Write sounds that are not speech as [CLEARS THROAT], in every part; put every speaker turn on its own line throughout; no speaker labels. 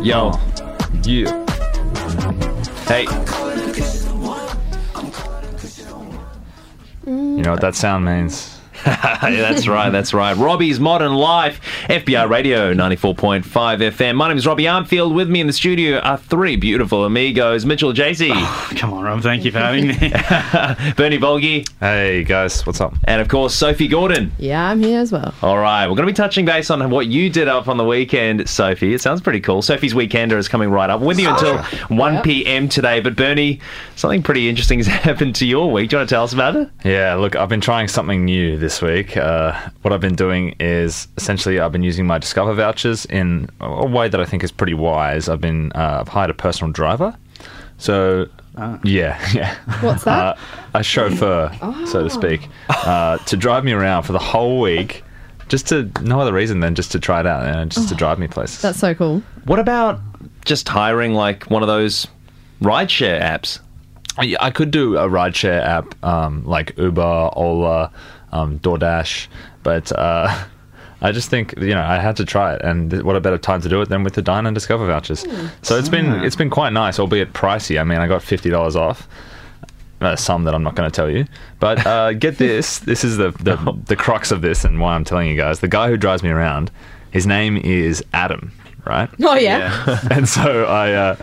Yo. Yeah. Hey. You know what that sound means?
Hey, [LAUGHS] that's right, that's right. Robbie's Modern Life, FBR Radio 94.5 FM. My name is Robbie Armfield. With me in the studio are three beautiful amigos Mitchell Jay-Z,
Oh,
Come on, Rob. Thank you for having me.
[LAUGHS] Bernie Volge,
Hey guys, what's up?
and of course, Sophie Gordon.
Yeah, I'm here as well.
All right, we're going to be touching base on what you did up on the weekend, Sophie. It sounds pretty cool. Sophie's Weekender is coming right up. We're with you until 1
Yep.
p.m. today. But, Bernie, something pretty interesting has [LAUGHS] happened to your week. Do you want to tell us about it?
Yeah, look, I've been trying something new this week. Uh, what I've been doing is essentially I've been using my Discover vouchers in a- a way that I think is pretty wise. I've been uh, I've hired a personal driver, so yeah, [LAUGHS] yeah.
What's that? Oh.
Uh, a chauffeur, so to speak, uh, to drive me around for the whole week, just to no other reason than just to try it out and just to drive me places.
Oh, That's so cool.
What about just hiring like one of those rideshare apps?
I I could do a rideshare app um, like Uber, Ola, um, DoorDash, but uh, [LAUGHS] I just think you know I had to try it, and th- what a better time to do it than with the Dine and Discover vouchers.
Hmm.
So it's been it's been quite nice, albeit pricey. I mean, I got fifty dollars off. Uh, some that I'm not going to tell you, but uh, get this: this is the, the the crux of this, and why I'm telling you guys. The guy who drives me around, his name is Adam, right?
Oh yeah.
[LAUGHS] and so I, uh,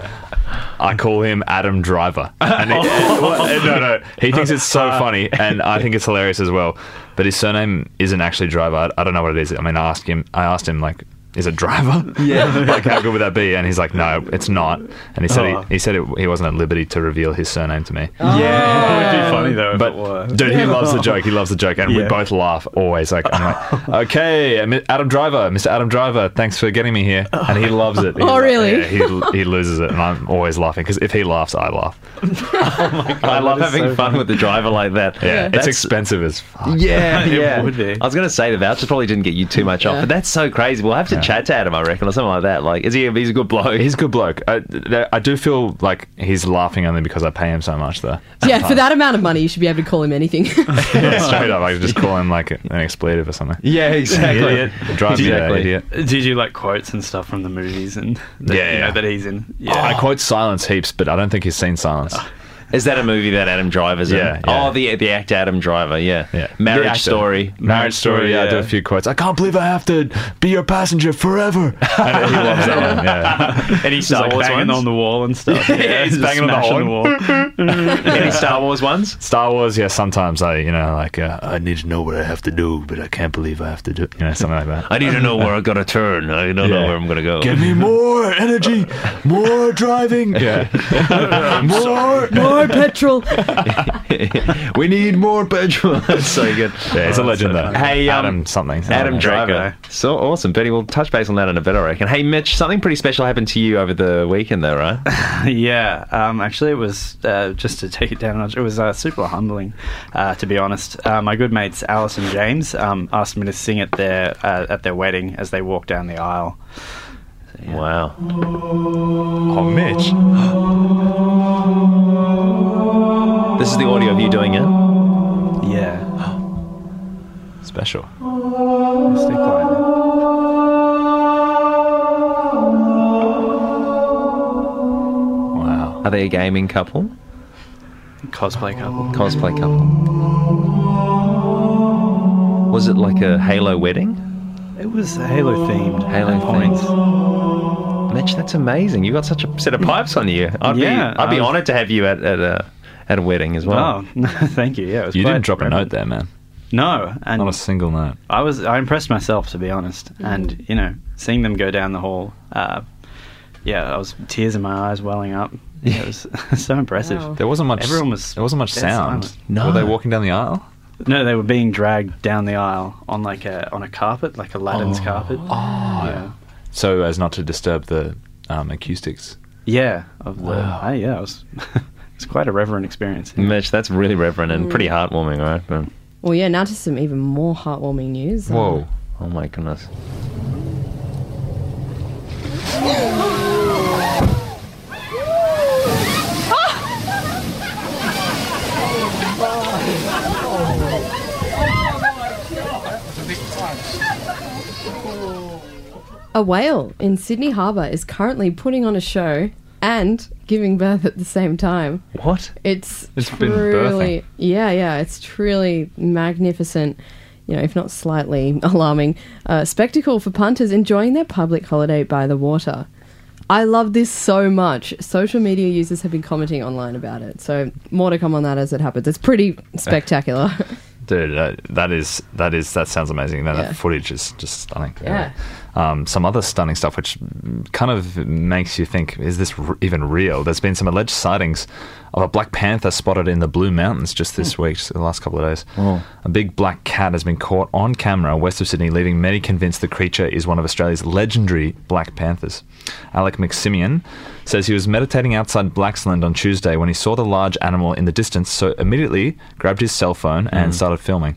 I call him Adam Driver. And he, and no, no, he thinks it's so funny, and I think it's hilarious as well. But his surname isn't actually Driver. I, I don't know what it is. I mean, I asked him. I asked him like. Is it driver? Yeah. [LAUGHS] like, how good would that be? And he's like, no, it's not. And he said he, he said it, he wasn't at liberty to reveal his surname to me.
yeah. It would be funny, though, if it were.
Oh. But dude, he loves the joke. He loves the joke, and we
Yeah.
both laugh always. Like, I'm
[LAUGHS]
like, okay, Adam Driver, Mr. Adam Driver, thanks for getting me here, and he loves
[LAUGHS]
it. He's
Oh,
like-
really?
yeah, he, he loses it, and I'm always laughing because if he laughs,
[LAUGHS]
I laugh.
Oh
I love having fun with the driver like that.
Yeah, it's
That's-
expensive as
[LAUGHS]
fuck.
Yeah,
It
yeah.
would be.
I was going to say the vouchers probably didn't get you too much off,
Yeah.
but that's so crazy. We'll have to chat to Adam, I reckon, or something like that. Like, is he? He's a good bloke.
He's a good bloke. I, th- I do feel like he's laughing only because I pay him so much, though.
Yeah, for that amount of money, you should be able to call him anything. [LAUGHS]
Yeah, [LAUGHS] straight up, I just call him like an expletive or something.
yeah, exactly.
Idiot. Drive me there,
Exactly.
idiot.
Did you like quotes and stuff from the movies and that,
Yeah,
you
yeah.
know, that he's in? [LAUGHS]
I quote Silence heaps, but I don't think he's seen Silence.
Uh, Is that a movie that Adam Driver's
Yeah,
in?
yeah.
Oh, the the actor Adam Driver. Yeah.
Yeah. The
Marriage
actor.
Story.
Marriage Story, yeah, I do a
yeah.
few quotes. I can't believe I have to be your
[LAUGHS]
passenger forever. And he loves that one, yeah.
Any Star
Like
Wars
banging
ones?
on the wall and
[LAUGHS]
stuff. Yeah,
he's
just
banging on the
smashing wall.
[LAUGHS]
Any Star Wars ones?
Star Wars, yeah, sometimes I, you know, like, uh, I need to know what I have to do, but I can't believe I have to do it. You know, something like that.
I need to know where I got to turn. I don't
Yeah.
know where I'm going to go.
Give me more energy, more driving. Yeah. [LAUGHS] more.
More petrol.
[LAUGHS] we need more petrol. [LAUGHS] That's so good.
Yeah, it's a legend, though.
Hey, um,
Adam something.
Adam
Yeah.
Driver. So awesome. Betty, we'll touch base on that in a bit, I reckon. Hey, Mitch, something pretty special happened to you over the weekend, though, right?
yeah. Um, actually, it was uh, just to take it down. a notch, It was uh, super humbling, uh, to be honest. Uh, my good mates Alice and James um, asked me to sing at their uh, at their wedding as they walked down the aisle.
Wow.
Oh, Mitch.
This is the audio of you doing it. [GASPS]
Yeah.
Special.
Stay quiet.
Wow.
Are they a gaming couple?
Cosplay couple.
Cosplay couple? Was it like a Halo wedding?
It was Halo themed.
Halo
points.
Mitch, that's amazing. You got such a set of pipes on you. I'd
Yeah,
be, I'd be
I was-
honoured to have you at, at a at a wedding as well.
Oh, [LAUGHS] thank you. Yeah, it was
You
quite
didn't drop a
random.
note there, man.
No,
Not a
and
single note.
I was I impressed myself to be honest, and you know, seeing them go down the hall, uh, yeah, I was tears in my eyes welling up. It was [LAUGHS] so impressive.
Wow.
There wasn't much.
Everyone was
There wasn't much
dead
sound.
silent.
No.
Were they walking down the aisle?
No, they were being dragged down the aisle on like a on a carpet, like Aladdin's carpet. Oh, yeah,
so as not to disturb the um, acoustics.
yeah, of the, hey, yeah, it was [LAUGHS] it's quite a reverent experience.
Mitch, that's really reverent
Mm.
and pretty heartwarming, right? But,
well, yeah. Now to some even more heartwarming news. Uh,
oh my goodness.
A whale in Sydney Harbour is currently putting on a show and giving birth at the same time.
What?
It's
It's been
truly,
birthing.
yeah, yeah. It's truly magnificent. You know, if not slightly [LAUGHS] alarming, uh, spectacle for punters enjoying their public holiday by the water. I love this so much. Social media users have been commenting online about it, so more to come on that as it happens. It's pretty spectacular.
Dude, that, that is that is that sounds amazing. That, that
Yeah.
footage is just stunning.
Yeah.
Um, some other stunning stuff, which kind of makes you think: Is this r- even real? There's been some alleged sightings of a black panther spotted in the Blue Mountains just this
Hmm.
week, just the last couple of days.
Oh.
A big black cat has been caught on camera west of Sydney, leaving many convinced the creature is one of Australia's legendary black panthers. Alec McSimian says he was meditating outside Blacksland on Tuesday when he saw the large animal in the distance, so immediately grabbed his cell phone
Hmm.
and started filming.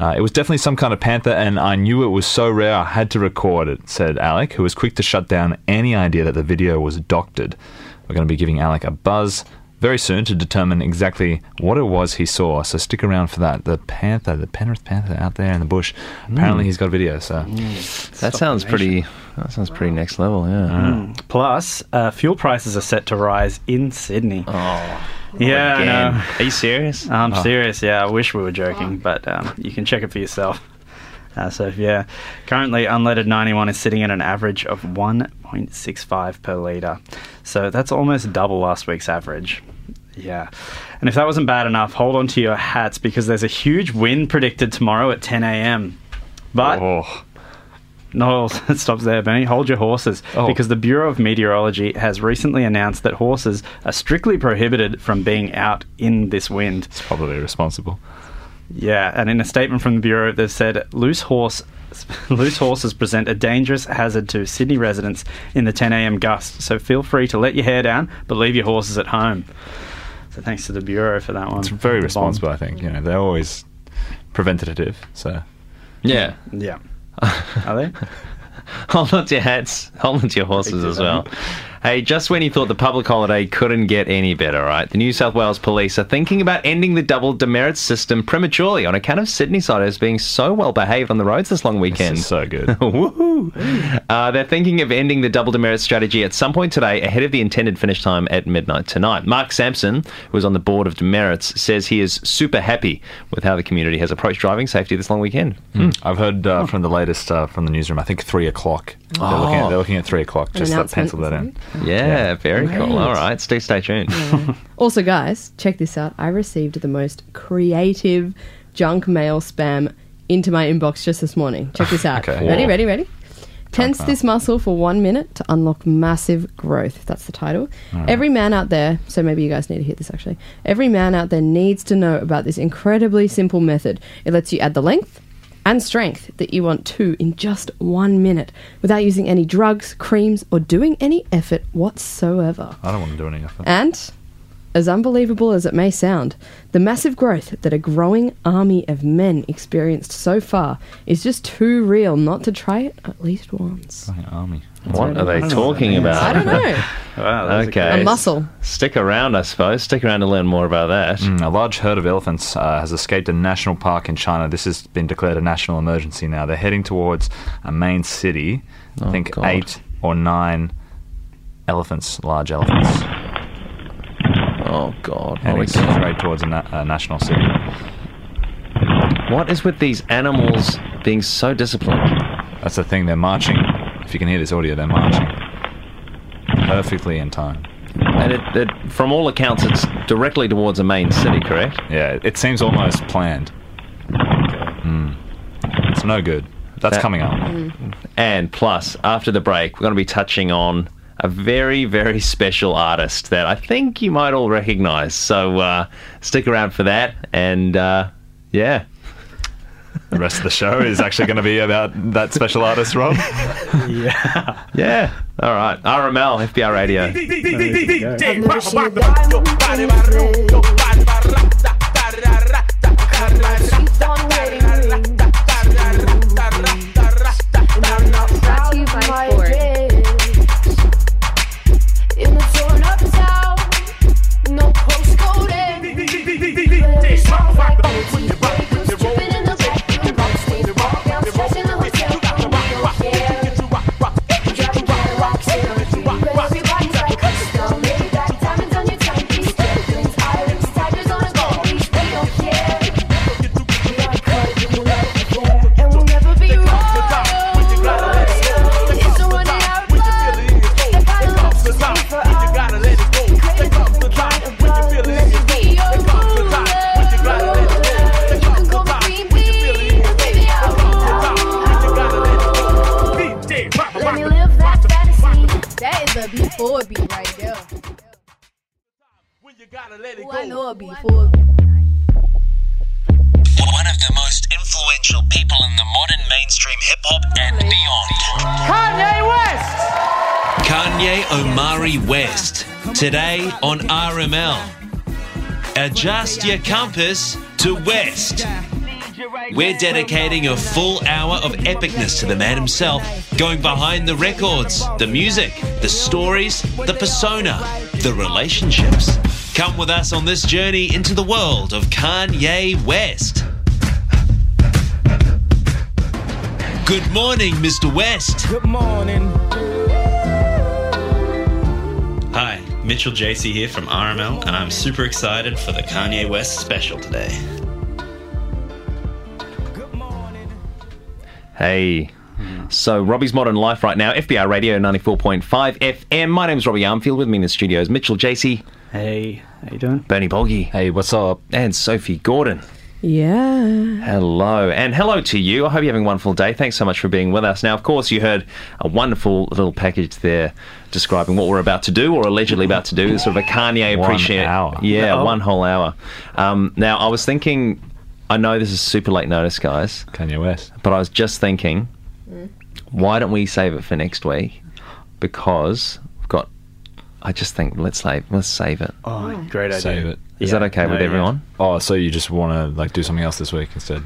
Uh, it was definitely some kind of panther, and I knew it was so rare I had to record it, said Alec, who was quick to shut down any idea that the video was doctored. We're going to be giving Alec a buzz very soon to determine exactly what it was he saw, so stick around for that. The panther, the Penrith panther out there in the bush, apparently he's got a video, so.
That sounds pretty. That sounds pretty next level. Yeah.
Hmm. Plus, uh, fuel prices are set to rise in Sydney.
Oh,
yeah, I
again.
know.
Are you serious? Oh.
I'm serious. Yeah, I wish we were joking, but um, you can check it for yourself. Uh, so yeah, currently unleaded 91 is sitting at an average of 1.65 per liter. So that's almost double last week's average. Yeah. And if that wasn't bad enough, hold on to your hats because there's a huge wind predicted tomorrow at 10 a.m. But
Oh,
no, it [LAUGHS] stops there, Bernie. Hold your horses.
Oh.
Because the Bureau of Meteorology has recently announced that horses are strictly prohibited from being out in this wind.
it's probably responsible.
Yeah, and in a statement from the Bureau, they've said loose horse. [LAUGHS] Loose horses present a dangerous hazard to Sydney residents in the 10 a.m. gust, so feel free to let your hair down, but leave your horses at home. So thanks to the bureau for that one.
It's very
Bomb.
responsible, I think. You know, they're always preventative, so.
Yeah. [LAUGHS]
Yeah, are they?
Hold on to your hats. Hold on to your horses as well. Hey, just when you thought the public holiday couldn't get any better, right? The New South Wales Police are thinking about ending the double demerit system prematurely on account of Sydney siders being so well behaved on the roads this long weekend.
It's so
[LAUGHS] [LAUGHS]
good.
Woohoo! Uh, they're thinking of ending the double demerit strategy at some point today ahead of the intended finish time at midnight tonight. Mark Sampson, who is on the board of demerits, says he is super happy with how the community has approached driving safety this long weekend.
I've heard uh, from the latest uh, from the newsroom. I think three o'clock. They're, looking at,
Oh.
they're looking at three o'clock. Just that
announcement
pencil
or
that in.
Yeah, very cool.
Right.
All right, stay, stay tuned. [LAUGHS]
also, guys, check this out. I received the most creative junk mail spam into my inbox just this morning. Check
[LAUGHS]
this out.
Okay.
Ready,
Whoa.
ready, ready? Tense this muscle for one minute to unlock massive growth. That's the title. Every man out there, so maybe you guys need to hear this actually. Every man out there needs to know about this incredibly simple method. It lets you add the length and strength that you want to in just one minute without using any drugs, creams, or doing any effort whatsoever.
I don't want to do any of it.
And, as unbelievable as it may sound, the massive growth that a growing army of men experienced so far is just too real not to try it at least once.
Fucking army.
what are they
I don't know what
talking
that means.
about?
I don't know.
Wow, that was a
Okay.
A muscle.
Stick around, I suppose. Stick around to learn more about that.
Mm, A large herd of elephants uh, has escaped a national park in China. This has been declared a national emergency now. They're heading towards a main city. I
Oh,
think
God.
eight or nine elephants, large elephants,
Oh God! Holy
heading
cow.
straight towards a, na- a national city.
What is with these animals being so disciplined?
That's the thing. They're marching. If you can hear this audio, they're marching perfectly in time.
And it, it, from all accounts, [LAUGHS] it's directly towards a main city, correct?
Yeah, it seems almost planned. Mm. It's no good. That's
That- Mm.
coming up.
Hmm.
And plus, after the break, we're going to be touching on a very, very special artist that I think you might all recognise. So uh, stick around for that. And uh, yeah,
The rest of the show is actually going to be about that special artist,
[LAUGHS]
Rob.
yeah. All right, RML FBR Radio.
Brought to you by Ford. In the torn up town, no postcode in. Tripping in the bathroom, upstairs, walk downstairs in the hotel, got no one care.
I know before.
One of the most influential people in the modern mainstream hip hop and beyond. Kanye West! Kanye Omari West. Today on RML. Adjust your compass to West. We're dedicating a full hour of epicness to the man himself, going behind the records, the music, the stories, the persona, the relationships. Come with us on this journey into the world of Kanye West. Good morning, Mr. West. Good morning. Hi, Mitchell JC here from RML, and I'm super excited for the Kanye West special today.
Hey. So, Robbie's Modern Life right now, FBR Radio 94.5 FM. My name's Robbie Armfield. With me in the studio is Mitchell JC,
Hey, how you doing?
Bernie Bolgi,
Hey, what's up?
and Sophie Gordon.
Yeah.
Hello, and hello to you. I hope you're having a wonderful day. Thanks so much for being with us. Now, of course, you heard a wonderful little package there describing what we're about to do, or allegedly about to do, sort of a Kanye
One
appreciate.
hour.
Yeah, one whole hour. Um, now, I was thinking, I know this is super late notice, guys,
Kanye West.
but I was just thinking, why don't we save it for next week? Because we've got. I just think let's save let's save it. Is
Oh, great idea.
Save it.
that okay with
No, yeah.
everyone?
Oh, so you just want to like do something else this week instead?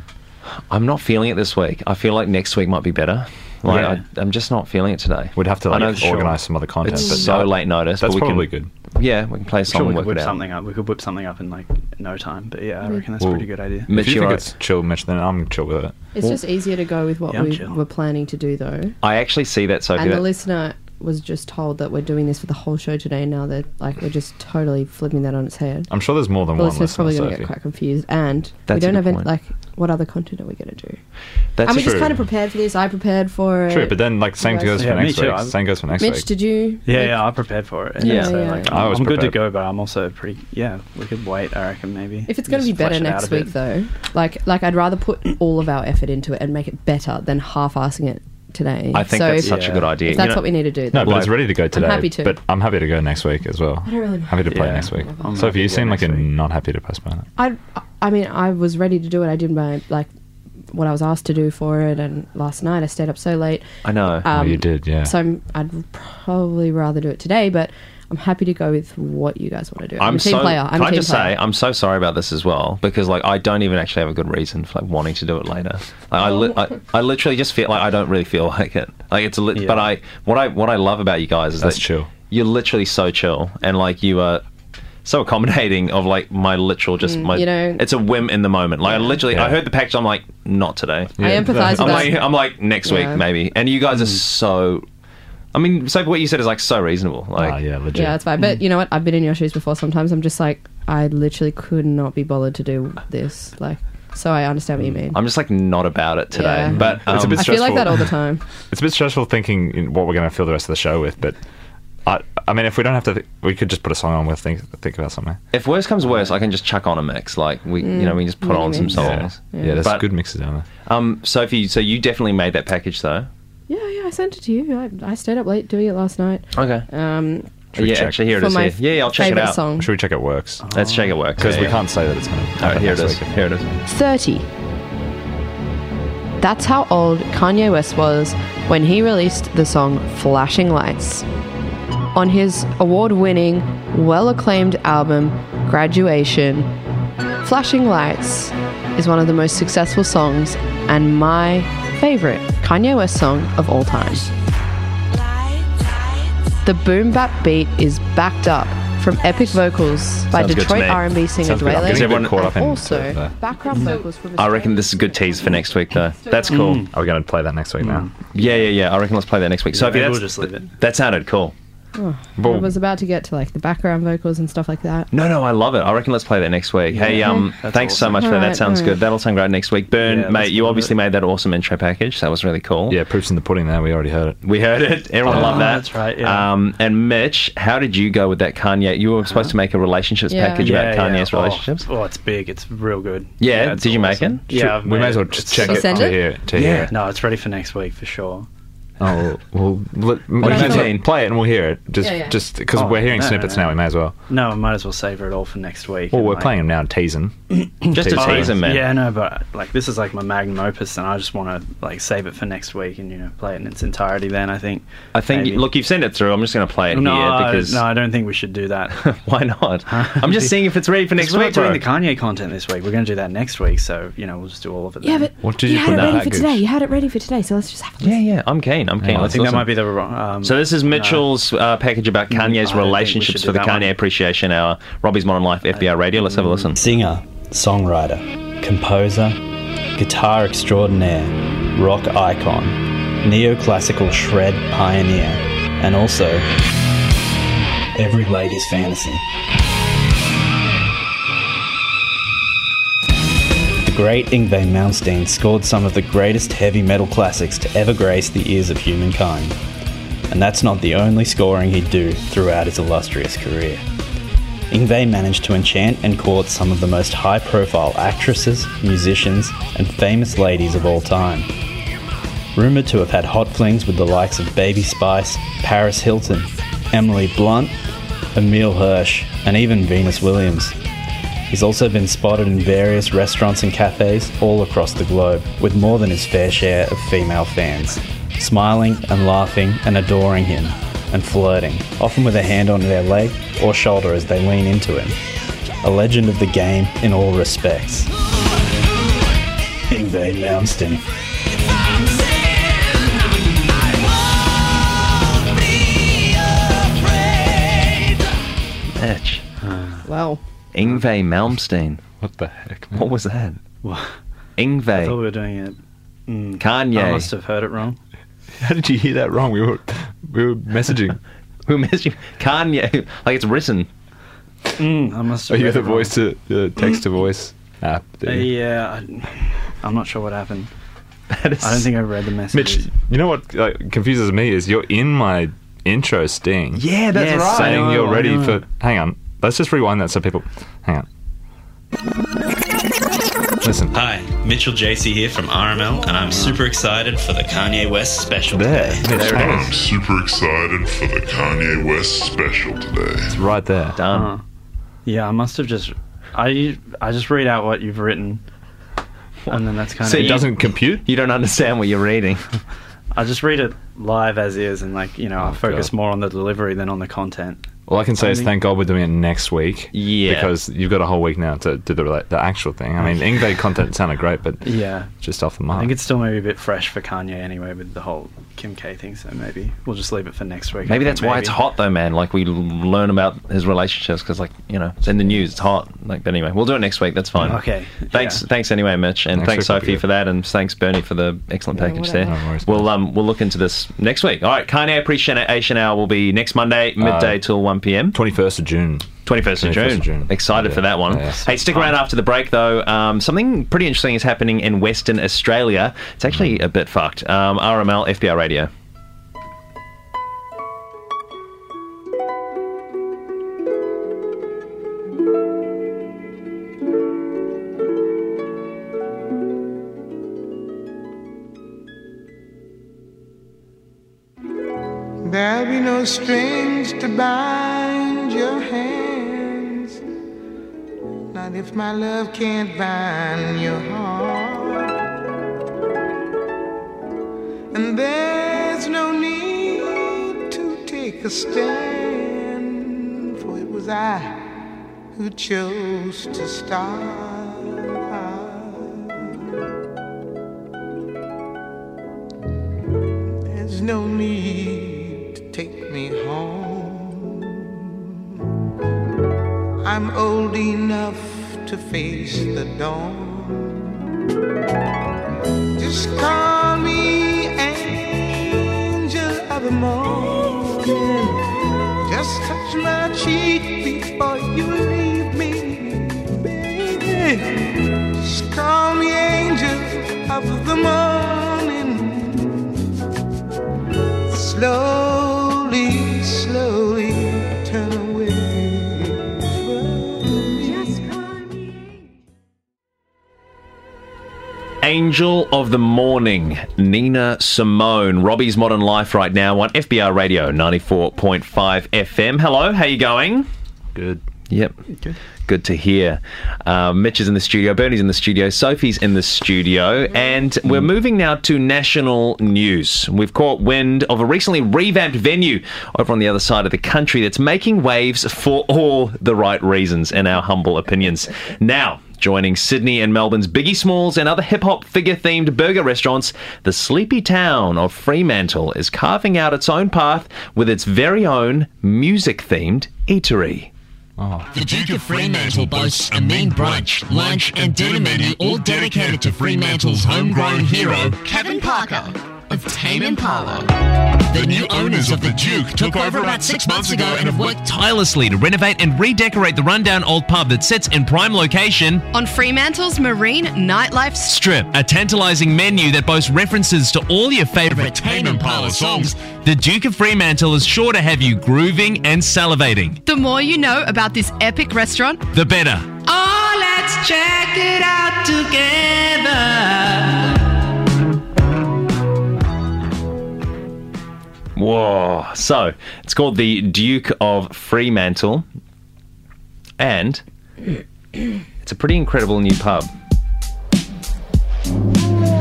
I'm not feeling it this week. I feel like next week might be better. Like
Yeah.
I, I'm just not feeling it today.
We'd have to
I
like
know,
organize
sure.
some other content.
It's
but
so
that-
late notice.
That's
but we
probably
can,
good.
Yeah, we can play a song
Sure, we could
and work
whip
it out.
something up. We could whip something up in like no time. But yeah, I reckon that's a
Well,
pretty good idea.
Mitch,
if you
you're
think
right.
it's chill, Mitch, then I'm chill with it.
It's just easier to go with what
Yeah, I'm
we
chill.
were planning to do, though.
I actually see that, Sophie.
And the
that-
listener was just told that we're doing this for the whole show today. Now that like we're just totally flipping that on its head.
I'm sure there's more than
The
one.
listener's
Listener,
probably going to
Sophie.
get quite confused, and
That's a
we don't
good
have any
point.
like what other content are we going to do?
that's
and we just
true.
kind of prepared for this. I prepared for it.
True, but then like same
Yeah,
goes
me
for next
too.
week.
I'm-
Same goes for next
Mitch,
week.
did you?
Yeah, yeah, I prepared for it. And
Yeah.
so,
Yeah,
like,
yeah.
I was
I'm good to
prepared.
go, but I'm also pretty. Yeah, we could wait. I reckon maybe.
If it's going to
Just
be better
flesh it out
next
a bit.
week, though, like like I'd rather put all of our effort into it and make it better than half-assing it today.
I think
so
that's
if,
such a
Yeah.
good idea.
if
You
that's
know-
what we need to do.
No,
then-
but it's ready to go today.
happy to.
But I'm happy to go next week as well. I
don't really mind.
happy to play
Yeah.
next week.
I'm
Sophie,
happy
you
to go
seem like you're
next week.
not happy to postpone it.
I, I mean, I was ready to do it. I did my like what I was asked to do for it, and last night I stayed up so late. Um,
I know.
oh, you did, yeah.
So I'm, I'd probably rather do it today, but I'm happy to go with what you guys want to do.
I'm
a team
so.
player. I'm
can
a
I
team
just
player.
say I'm so sorry about this as well because like I don't even actually have a good reason for like wanting to do it later. Like, I, li- I I literally just feel like I don't really feel [LAUGHS] like it. Like it's a lit
Yeah.
but I what I what I love about you guys is
That's
that
chill.
You're literally so chill and like you are. So accommodating of like my literal just my
Mm, you know-
it's a whim in the moment like I literally I
Yeah.
heard the package I'm like not today
I
Yeah. Mm.
empathise
[LAUGHS] I'm
with
like,
that.
I'm like next
Yeah.
week maybe. And you guys are so. I mean, so what you said is like so reasonable. Like, Mm.
Ah, yeah, legit.
Yeah, that's fine. But you know what? I've been in your shoes before. Sometimes I'm just like, I literally could not be bothered to do this. Like, so I understand what you mean.
Mm. I'm just like not about it today.
Yeah.
But um,
It's a bit
I feel like
stressful.
that all the time.
[LAUGHS] It's a bit stressful thinking in what we're going to fill the rest of the show with, but I, I mean, if we don't have to, th- we could just put a song on. We'll think think about something.
if worse comes worse, I can just chuck on a mix. Like we, you know, we just put
mini
on some
mix.
Yeah,
songs.
yeah, there's
But-
good mixes down there.
Um, Sophie, so you definitely made that package though.
Yeah, yeah. I sent it to you. I, I stayed up late doing it last night.
Okay.
Um,
Should we
yeah,
check-
actually, here it
for
is.
my
Here. Yeah, yeah, I'll check it
favorite
out.
song,
Should we check it works?
Let's check it works.
Because
Yeah,
we
yeah.
can't say that it's going to.
All right, here it is. Here it is.
thirty. That's how old Kanye West was when he released the song Flashing Lights. On his award winning, well acclaimed album, Graduation, Flashing Lights is one of the most successful songs and my favorite Kanye West song of all time. The boom bap beat is backed up from epic vocals by
Sounds good to
Detroit
me.
R&B singer
Sounds good. I'm
Dwayne.
getting a bit caught up in
also,
the-
background vocals from
I reckon this is a good tease for next week though. That's cool.
Mm. Are we going to play that next week now?
Yeah, yeah, yeah. I reckon let's play that next week. Sophie,
maybe
that's,
we'll just leave it.
that sounded cool.
I was about to get to like the background vocals and stuff like that.
No, no, I love it. I reckon let's play that next week. Hey, um,
That's
thanks so
awesome. Mm.
much for that.
Alright,
that sounds
alright.
good. That'll sound great next week. Burn,
Yeah,
mate,
let's
you
do
obviously
it.
made that awesome intro package. That was really cool.
Yeah, proof's in the pudding. There, we already heard it.
We heard it. Everyone loved that.
Oh, Uh, that's right, yeah. Uh-huh.
Um, and Mitch, how did you go with that Kanye? You were supposed to make a relationships
Yeah.
package about Kanye's
Oh,
relationships.
Oh, it's big. It's real good.
Yeah,
it's
did you make it?
Yeah, I've
we may
made
as well
it.
just
It's
check
You
it
send
to
it?
hear to
Yeah.
hear it.
No, it's ready for next week for sure.
Oh, well, let,
do you
you
mean?
play it and we'll hear it. Just,
Yeah, yeah.
just because
Oh,
we're hearing
no, no,
snippets
no.
now, we may as well.
No, I might as well savor it all for next week.
Well,
and,
we're
like- [CLEARS THROAT]
playing them now, and teasing.
Just a
Teaser.
teaser, man.
Yeah, no, but like this is like my magnum opus, and I just want to like save it for next week and you know play it in its entirety. Then I think.
I think.
maybe.
Look, you've sent it through. I'm just going to play it
no,
here because
no, I don't think we should do that.
[LAUGHS] why not? I'm just seeing if it's ready for next
we're
week.
not doing
Bro.
the Kanye content this week. We're going to do that next week, so you know we'll just do all of it.
Yeah,
then.
but
What did
you,
you
had
put
it
in
ready
that
for
goose?
today. You had it ready for today, so let's just have a
yeah, yeah. I'm keen. I'm keen.
on,
I
Let's
think that
listen.
might be the wrong. Um, Mm,
So this is Mitchell's uh, package about Kanye's
think we should
relationships
do
for the
that
Kanye
one.
Appreciation Hour. Robbie's Modern Life, FBI Radio. Let's have a listen.
Singer, songwriter, composer, guitar extraordinaire, rock icon, neoclassical shred pioneer, and also every lady's fantasy. The great Ingve Malmsteen scored some of the greatest heavy metal classics to ever grace the ears of humankind. And that's not the only scoring he'd do throughout his illustrious career. Ingve managed to enchant and court some of the most high profile actresses, musicians, and famous ladies of all time. Rumoured to have had hot flings with the likes of Baby Spice, Paris Hilton, Emily Blunt, Emil Hirsch, and even Venus Williams. He's also been spotted in various restaurants and cafes all across the globe with more than his fair share of female fans, smiling and laughing and adoring him, and flirting, often with a hand on their leg or shoulder as they lean into him. A legend of the game in all respects. Ingve Malmsteen.
Etch.
Uh,
go. Wow.
Ingve Malmsteen.
What the heck?
What was that?
What? I thought we
Ingve.
were doing it. Mm, I must
Kanye.
have heard it wrong.
How did you hear that wrong? We were, we
[LAUGHS]
were messaging.
Who missed you? Kanye. Like it's written.
Mm, I must
Oh,
have.
you
heard
the
it wrong.
voice to uh, the text to voice app.
Uh,
that you-
yeah, I, I'm not sure what happened.
That is,
I don't think I read the
Mitch,
message.
you know what like, confuses me is you're in my intro sting.
Yeah, that's
Yes,
right.
saying
I know,
you're
I
ready
know.
for. Hang on. Let's just rewind that so people. Hang on. Listen.
Hi, Mitchell JC here from RML, and I'm super excited for the Kanye West special.
There.
today.
Mitch, hang on.
I'm super excited for the Kanye West special today.
It's right there.
Done.
Uh, yeah, I must have just. I I just read out what you've written, and then that's kind
So
of.
It
you-
doesn't compute.
You don't understand what
[LAUGHS]
you're reading.
I just read it live as is, and like you know,
Oh,
I focus
God.
more on the delivery than on the content.
All I can say is
Only-
thank God we're doing it next week.
Yeah.
Because you've got a whole week now to do the, rela- the actual thing.
[LAUGHS]
I mean, Ingve content sounded great, but
Yeah,
just off the
I
mark.
think it's still maybe a bit fresh for Kanye anyway with the whole Kim K thing. So maybe we'll just leave it for next week. I
Maybe
think,
that's why it's hot though, man. Like we l- learn about his relationships because, like you know, it's in the news. It's hot. Like but anyway, we'll do it next week. That's fine.
Okay,
Thanks.
yeah.
Thanks anyway, Mitch, and
Next
thanks
week will be
Sophie
good.
for that, and thanks Bernie for the excellent
Yeah,
package
whatever.
there.
No worries,
we'll um we'll look into this next week. All right, Kanye appreciation hour will be next Monday midday till one pm.
21st Uh, of June.
21st of
21st
June.
of June.
Excited
Yeah.
for that one.
Yes.
Hey, stick around after the break, though. Um, something pretty interesting is happening in Western Australia. It's actually a bit fucked. Um, RML, FBR Radio.
There be no strings to bind your hands. Not if my love can't bind your heart. And there's no need to take a stand, for it was I who chose to start. There's no need to take me home. I'm old enough to face the dawn. Just call me angel of the morning. Just touch my cheek before you leave me, baby. Just call me angel of the morning. Slowly, slowly turn away from me.
Angel of the Morning, Nina Simone. Robbie's Modern Life right now on FBR Radio 94.5 FM. Hello, how you going? Good. Yep. Good. to hear. Uh, Mitch is in the studio, Bernie's in the studio, Sophie's in the studio, and we're moving now to national news. We've caught wind of a recently revamped venue over on the other side of the country that's making waves for all the right reasons, in our humble opinions. Now, Joining Sydney and Melbourne's Biggie Smalls and other hip hop figure themed burger restaurants, the sleepy town of Fremantle is carving out its own path with its very own music themed eatery.
The Duke of Fremantle boasts a main brunch, lunch, and dinner menu all dedicated to Fremantle's homegrown hero, Kevin Parker of Tame Impala. The new owners of the Duke took over about six months ago and have worked
Tirelessly to renovate and redecorate the rundown old pub that sits in prime location
On Fremantle's Marine Nightlife Strip.
Strip, a tantalizing menu that boasts references to all your favorite Tame Impala songs, the Duke of Fremantle is sure to have you grooving and salivating.
The more you know about this epic restaurant,
The better.
oh, let's check it out together.
Whoa. So it's called the Duke of Fremantle, and it's a pretty incredible new pub. [LAUGHS]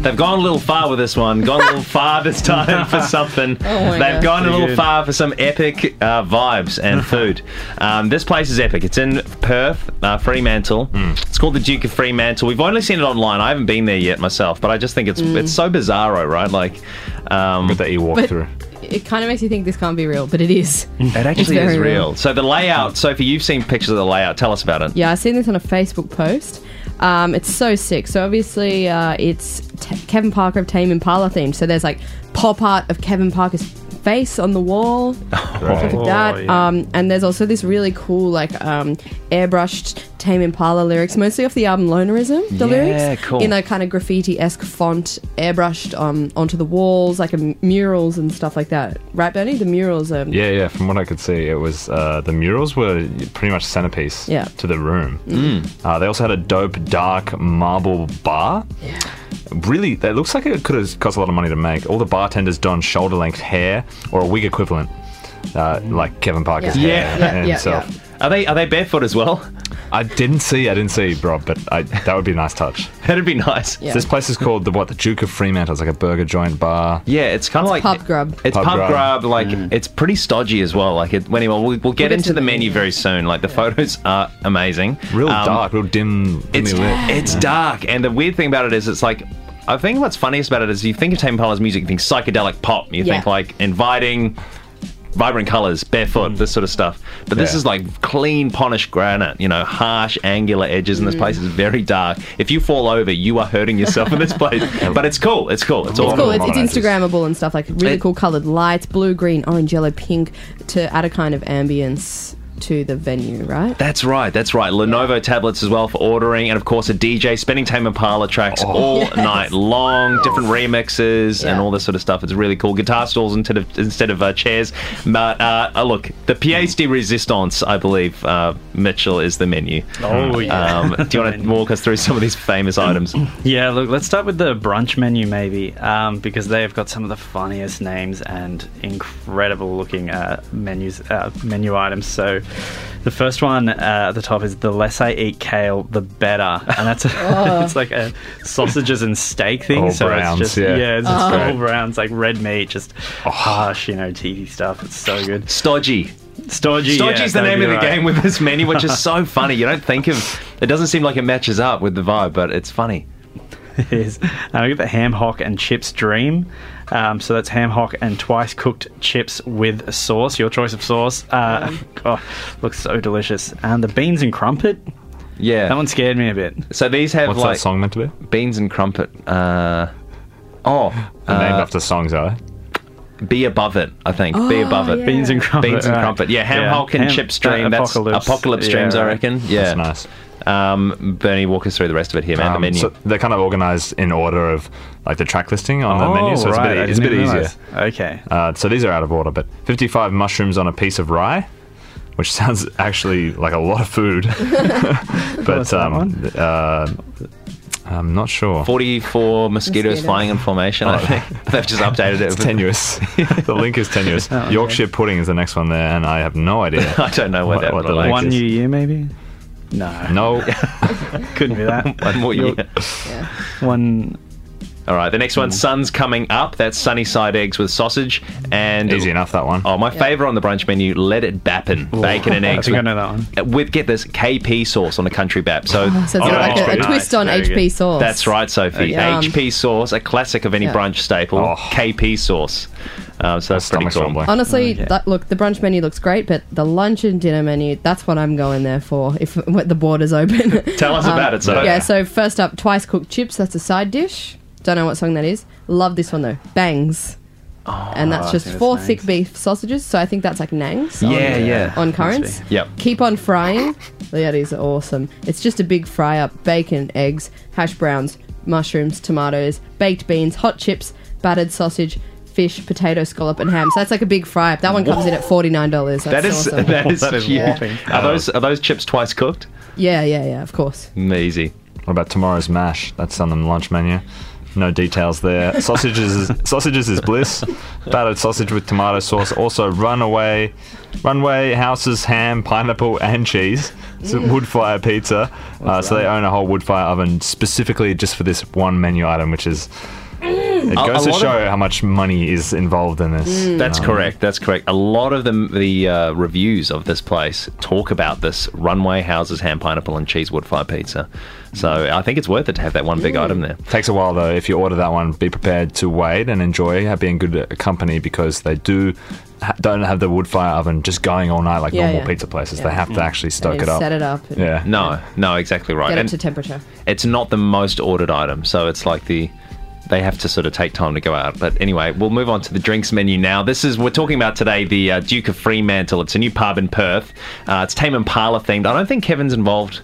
They've gone a little far with this one. Gone
[LAUGHS]
a little far this time for something.
Oh my gosh.
They've gone a
Pretty
little
good.
far for some epic uh,
[LAUGHS]
vibes and food. Um, this place is epic. It's in Perth, uh, Fremantle.
Hmm.
It's called the Duke of Fremantle. We've only seen it online. I haven't been there yet myself, but I just think it's
Hmm.
Mm.
it's so bizarro, right? Like, um, that you walk
But- It kind of makes you think this can't be real, but it is.
It actually
It's
is
very
real.
real.
So the layout, Sophie, you've seen pictures of the layout. Tell us about it.
Yeah, I seen this on a Facebook post. Um, it's so sick. So obviously, uh, it's t- Kevin Parker of Tame Impala themed. So there's like pop art of Kevin Parker's face on
[LAUGHS]
the wall.
Right.
Look at that. um, and there's also this really cool, like, um, airbrushed Tame Impala lyrics, mostly off the album Lonerism, the
Yeah,
lyrics.
cool.
In a kind of graffiti esque font, airbrushed um, onto the walls, like um, murals and stuff like that. Right, Bernie? The murals. Um,
Yeah, yeah. From what I could see, it was uh, the murals were pretty much centerpiece
Yeah.
to the room.
Mm.
Uh, they also had a dope dark marble bar. Really, that looks like it could have cost a lot of money to make. All the bartenders don shoulder length hair or a wig equivalent, uh, like Kevin Parker's
Yeah. Yeah,
hair
yeah, yeah,
himself.
yeah. Are they are they barefoot as well?
I didn't see. I didn't see, Rob, but I, that would be a nice touch.
[LAUGHS] That'd be nice. Yeah.
This place is called the what? The Duke of Fremantle. It's like a burger joint bar.
Yeah, it's kind of like
pub grub.
It's pub, grub. Like
Mm.
it's pretty stodgy as well. Like it, anyway, we'll, we'll get into the menu very soon. Like the photos are amazing. Real
dark, real dim.
It's
dimly lit.
it's dark, and the weird thing about it is it's like. I think what's funniest about it is you think of Tame Impala's music, you think psychedelic pop, you think
Yeah.
like inviting, vibrant colors, barefoot, this sort of stuff. But this
Yeah.
is like clean, polished granite, you know, harsh, angular edges, and this
Mm.
place is very dark. If you fall over, you are hurting yourself in this place. But it's cool. It's cool. It's,
It's
all
cool. It's, it's
Instagram.
Instagrammable and stuff like really
It-
cool colored lights, blue, green, orange, yellow, pink, to add a kind of ambience to the venue, right?
That's right, that's right. Lenovo tablets as well for ordering, and of course a DJ spinning Tame Impala tracks
Oh.
all
Yes.
night long, different remixes and all this sort of stuff. It's really cool. Guitar stalls instead of instead of uh, chairs. But uh, uh, look, the PhD Resistance, I believe, uh, Mitchell is the menu.
Oh, yeah.
Um,
[LAUGHS]
do you want to walk us through some of these famous items?
Yeah, look, let's start with the brunch menu maybe, um, because they have got some of the funniest names and incredible looking uh, menus, uh, menu items. So, the first one uh, at the top is the less I eat kale, the better, and that's a, [LAUGHS]
Oh.
it's like a sausages and steak thing.
All
so
browns,
it's just
yeah.
it's just
Oh.
all browns, like red meat, just harsh, you know, teethy stuff. It's so good.
Oh. Stodgy.
Stodgy.
Stodgy
yeah,
is the
that'd
name
be
of the
right.
game with this menu, which
[LAUGHS]
is so funny. You don't think of it doesn't seem like it matches up with the vibe, but it's funny.
[LAUGHS] It is. Uh, we got the ham hock and chips dream. Um, so that's ham hock and twice cooked chips with sauce. Your choice of sauce. Uh, [LAUGHS] oh, looks so delicious. And the beans and crumpet.
Yeah,
that one scared me a bit.
So these have
What's that
like
song
meant to
be? Beans and crumpet. Uh, oh,
They're named after songs, are
they? Be above it, I think. be
Oh,
above it.
yeah. Beans and Crumpet,
Beans and
right.
crumpet. Yeah, ham
Yeah.
hock and
Ham-
chip stream.
uh,
That's apocalypse,
Apocalypse.
dreams,
Yeah,
I
right.
reckon. Yeah,
That's
nice. Um, Bernie, walk us through the rest of it here, man. the
Um,
menu.
so they're kind of organized in order of like the track listing on the
Oh,
menu, so it's
right,
a
I
bit, e- it's a bit
didn't
easier.
realise.
Okay.
Uh, so these are out of order, but 55 mushrooms on a piece of rye, which [LAUGHS] sounds actually like a lot of food. [LAUGHS] but um, th- uh, I'm not sure.
44 mosquitoes
Mosquitoes.
flying in formation, I
Oh.
think. [LAUGHS] They've just updated it. [LAUGHS]
It's tenuous. the link is tenuous.
Oh, okay.
Yorkshire pudding is the next one there, and I have
[LAUGHS]
no idea.
[LAUGHS] I don't know what that would
the
relate
link
One
is.
new year, maybe? No.
No. [LAUGHS]
Couldn't be [LAUGHS] that.
[LAUGHS] One more year.
One.
All right, the next
Hmm.
one, Sun's Coming Up. That's sunny side eggs with sausage. and
Easy enough, that one.
Oh, my favourite on the brunch menu, let it bappen. Bacon and
[LAUGHS] I
eggs.
think I
with-
know that one.
With, get this, KP sauce on a country bap. So,
Oh, so it's
you know,
like a-
HP.
a twist on
Very
HP
good.
sauce.
That's right, Sophie.
Okay. Yum.
HP sauce, a classic of any
Yeah.
brunch staple.
Oh.
KP sauce. Um, so that's pretty cool.
Honestly, that, look, the brunch menu looks great, but the lunch and dinner menu, that's what I'm going there for if [LAUGHS] when the borders open. Um,
Tell us about it, Sophie.
Yeah, so first up, twice cooked chips. That's a side dish. Don't know what song that is. Love this one, though. Bangs. and
Oh, I
that's just
think it's
four thick beef sausages. So I think that's like nangs. on-
Yeah, yeah.
On
Must
currants.
be. Yep.
Keep on frying. That is awesome. It's just a big fry up. Bacon, eggs, hash browns, mushrooms, tomatoes, baked beans, hot chips, battered sausage, fish, potato scallop, and ham. So that's like a big fry up. That one comes in at forty nine dollars.
That is,
awesome.
[LAUGHS] that is
That is
huge.
whopping. Uh,
Are those are those chips twice cooked?
Yeah, yeah, yeah. Of course.
Easy.
What about tomorrow's mash? That's on the lunch menu. No details there. Sausages is, sausages is bliss. Battered sausage with tomato sauce. Also, runaway, runway houses ham, pineapple, and cheese. So wood fire pizza. Uh, so they own a whole wood fire oven specifically just for this one menu item, which is it
Mm. A- a
goes
lot
to
of- [LAUGHS] Mm.
show how much money is involved in this.
That's
Um,
correct. That's correct. A lot of the the uh, reviews of this place talk about this runway houses ham pineapple and cheese wood fire pizza. So I think it's worth it to have that one big item there.
Takes a while though. If you order that one, be prepared to wait and enjoy uh, being good at company because they do ha- don't have the wood fire oven just going all night like
Yeah,
normal
yeah.
pizza places.
Yeah.
They have to actually stoke
need
it
to
up.
set it up and-
Yeah.
Mm. No, no, exactly right.
Get up
And
to temperature.
it's not the most ordered item, so it's like the they have to sort of take time to go out. But anyway, we'll move on to the drinks menu now. This is we're talking about today the uh, Duke of Fremantle. It's a new pub in Perth. Uh, it's Tame Impala themed. I don't think Kevin's involved.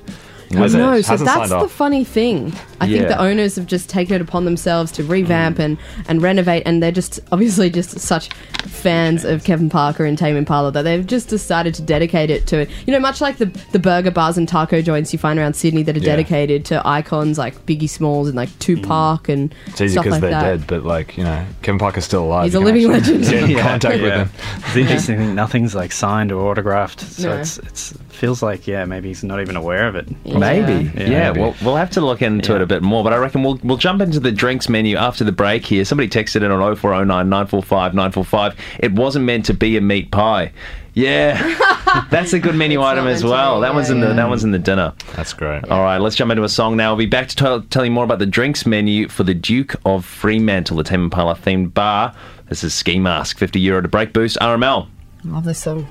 With
no,
it.
so that's the funny thing. I
Yeah.
think the owners have just taken it upon themselves to revamp and, and renovate, and they're just obviously just such fans of Kevin Parker and Tame Impala that they've just decided to dedicate it to it. You know, much like the the burger bars and taco joints you find around Sydney that are
Yeah.
dedicated to icons like Biggie Smalls and like Tupac and
It's easy
stuff
because
like
they're
that.
dead, but like you know, Kevin Parker's still alive.
He's
You
a
can
living
actually
legend.
Get in
Yeah.
contact
[LAUGHS]
with
Yeah.
him.
It's interesting. thing, Nothing's like signed or autographed, so
No.
it's it's feels like yeah, maybe he's not even aware of it.
Maybe. Yeah,
maybe.
We'll, we'll have to look into it a bit more, but I reckon we'll, we'll jump into the drinks menu after the break here. Somebody texted in on 0409 945 945. It wasn't meant to be a meat pie. Yeah, that's a good menu item as well. that one's in the that one's in the dinner.
That's great.
All right, let's jump into a song now. We'll be back to tell tell you more about the drinks menu for the Duke of Fremantle, the Tame Impala themed bar. This is Ski Mask, fifty euro to break boost RML.
Love this song.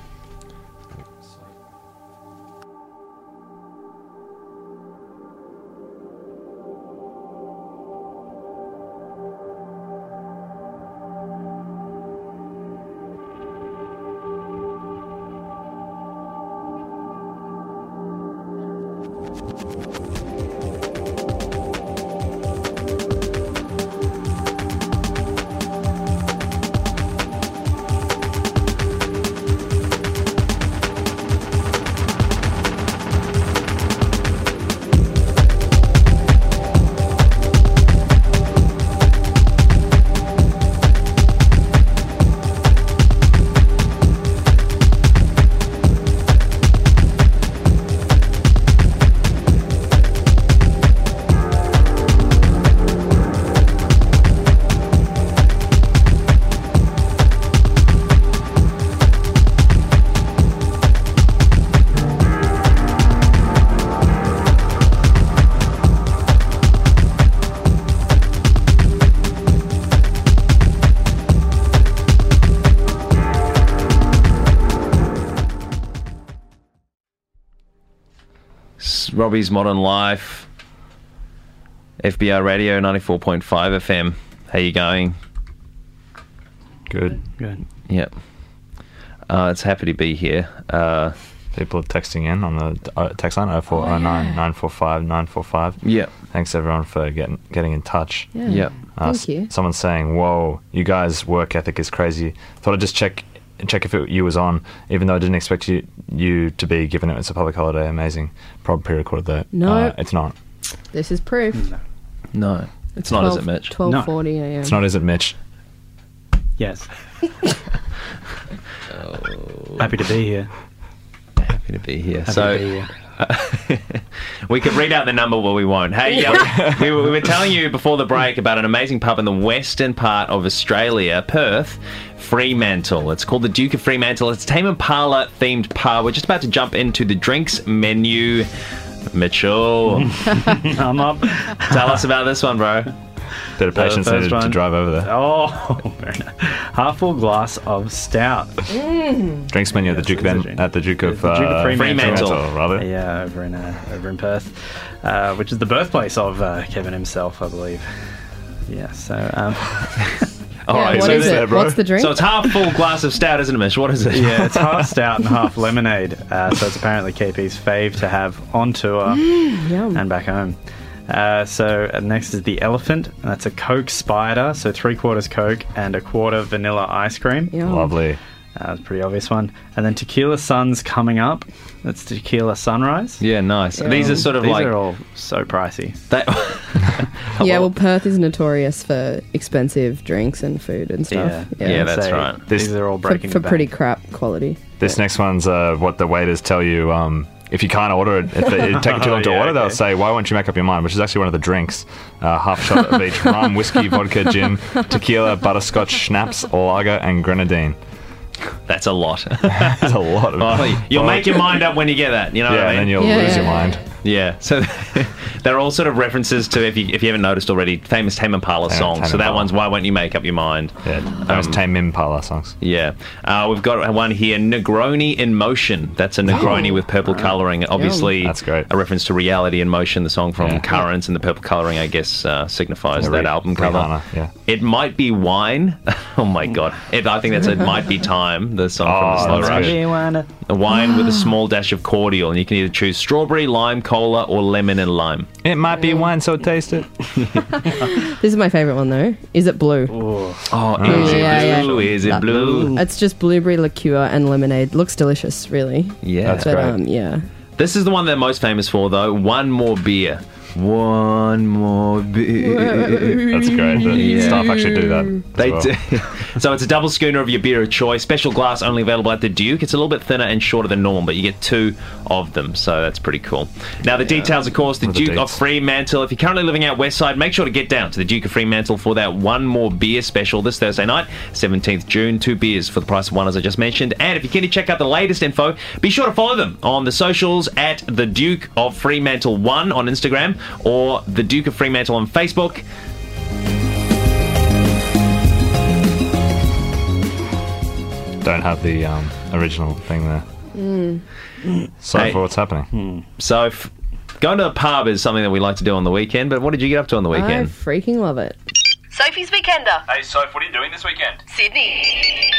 S- Robbie's Modern Life, FBR Radio 94.5 FM. How you going?
Good.
Good.
Yep. Uh, it's happy to be here. Uh,
People are texting in on the uh, text line
Oh,
0409 945 945.
Yeah.
Thanks everyone for getting getting in touch. Uh,
Yeah. Yep. Thank
s-
you.
Someone's saying, "Whoa, you guys' work ethic is crazy." Thought I'd just check check if it, you was on, even though I didn't expect you you to be given it. It's a public holiday. Amazing. Probably pre-recorded that.
No.
Uh, it's not.
This is proof.
No,
it's not, is it, Mitch? No.
12.40 a.m.
It's not, is it, Mitch?
Yes. Happy to be here.
Happy to be here.
Happy
so.
to be here.
[LAUGHS] we could read out the number, but we won't. Hey, yeah,
[LAUGHS]
we, we were telling you before the break about an amazing pub in the western part of Australia, Perth, Fremantle. It's called the Duke of Fremantle. It's a Tame Impala themed pub. We're just about to jump into the drinks menu.
[LAUGHS]
Mitchell,
I'm up.
tell us about this one, bro.
Did a
patient
first
needed to
one.
drive over there?
Oh, [LAUGHS] very nice. half full glass of stout.
Mm.
Drinks menu at the Duke of An- at the Duke of,
The Duke
uh,
of Fremantle.
rather.
Yeah, over in uh, over in Perth, uh, which is the birthplace of uh, Kevin himself, I believe. Yeah. So. Um, [LAUGHS]
All Yeah, right, what so is there, it? bro. What's the drink? So it's
half
full glass of stout, isn't it, Mish? What is it?
Yeah, it's
[LAUGHS]
half stout and half lemonade. Uh, so it's apparently KP's fave to have on tour
Mm,
and back home. Uh, so uh, next is the elephant, and that's a Coke Spider. So three quarters Coke and a quarter vanilla ice cream.
Yum. Lovely.
Uh, that's a pretty obvious one. And then Tequila Sun's coming up. That's Tequila Sunrise.
Yeah, nice. These are sort of
These
like
are all so pricey.
[LAUGHS]
Yeah, well, Perth is notorious for expensive drinks and food and stuff.
So This,
These are all
For,
breaking
for
the
pretty crap quality.
this next one's uh, what the waiters tell you. Um, if you can't order it, if they- it'd
[LAUGHS]
take you too long to
Yeah,
order, they'll
okay.
say, "Why won't you make up your mind?" Which is actually one of the drinks: uh, half shot
[LAUGHS]
of each rum, whiskey, vodka, gin, tequila, butterscotch, schnapps, lager, and grenadine.
That's a lot.
[LAUGHS] That's a lot of. [LAUGHS]
Oh, you'll make your mind up when you get that. You know
Yeah,
what I mean?
and then you'll Yeah, lose yeah, your yeah. mind.
Yeah. So [LAUGHS] they're all sort of references to if you if you haven't noticed already, famous Tame Impala
Tame-
songs.
Tame
so that
Impala.
one's "Why Won't You Make Up Your Mind." Um,
Yeah, famous Tame Impala songs.
Yeah, uh, we've got one here: Negroni in Motion. That's a Negroni
Oh.
with purple coloring. Obviously,
Yum. That's great.
A reference to Reality in Motion, the song from
Yeah.
Currents, and the purple coloring, I guess, uh, signifies
Yeah,
that
Rih-
album cover.
Rihanna, yeah.
It might be wine. [LAUGHS] oh my god! It, I think that's it. Might be time. The song
Oh,
from the
that's
Slow Rush.
good.
A wine with a small dash of cordial, and you can either choose strawberry, lime, cola, or lemon and lime.
It might be wine, so taste it.
This is my favourite one, though. Is it blue?
Oh,
Mm.
is
Yeah, yeah.
it blue? Is it
That-
blue?
It's just blueberry liqueur and lemonade. Looks delicious, really.
Yeah. That's
but,
great.
Um, yeah.
This is the one they're most famous for, though. One more beer. One
Oh,
more beer.
That's great. The staff actually do that as
They
well.
do. [LAUGHS] so it's a double schooner of your beer of choice. Special glass only available at the Duke. It's a little bit thinner and shorter than normal, but you get two of them, so that's pretty cool. Now the details, of course, the
What are the
Duke of
dates?
Fremantle. If you're currently living out west side, make sure to get down to the Duke of Fremantle for that one more beer special this Thursday night, 17th June. Two beers for the price of one, as I just mentioned. And if you can check out the latest info, be sure to follow them on the socials at the Duke of Fremantle One on Instagram or the Duke of Fremantle on Facebook.
Don't have the um, original thing there. Mm. So
Hey. Hmm.
for what's happening?
So if going to a pub is something that we like to do on the weekend. But what did you get up to on the
I
weekend?
freaking love it.
Sophie's Weekender.
Hey, Soph, what are you doing this weekend?
Sydney.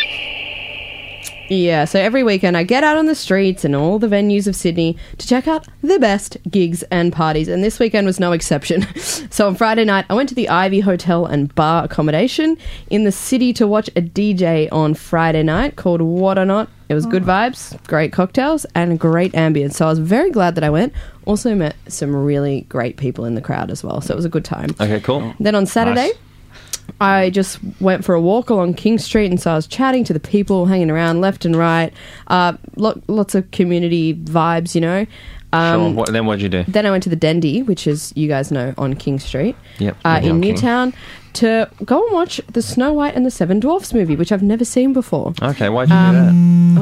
Yeah, so every weekend I get out on the streets and all the venues of Sydney to check out the best gigs and parties, and this weekend was no exception. [LAUGHS] so on Friday night, I went to the Ivy Hotel and Bar Accommodation in the city to watch a DJ on Friday night called What or Not. It was good vibes, great cocktails, and great ambience. So I was very glad that I went. Also met some really great people in the crowd as well, so it was a good time.
Okay, cool.
Then on Saturday, I just went for a walk along King Street, and so I was chatting to the people, hanging around left and right. Uh, lo- lots of community vibes, you know. um,
sure. What, then what did you do?
Then I went to the Dendy, which is you guys know on King Street,
Yep.
uh,
Yeah,
in
King.
Newtown, to go and watch the Snow White and the Seven Dwarfs movie, which I've never seen before.
Okay, why'd you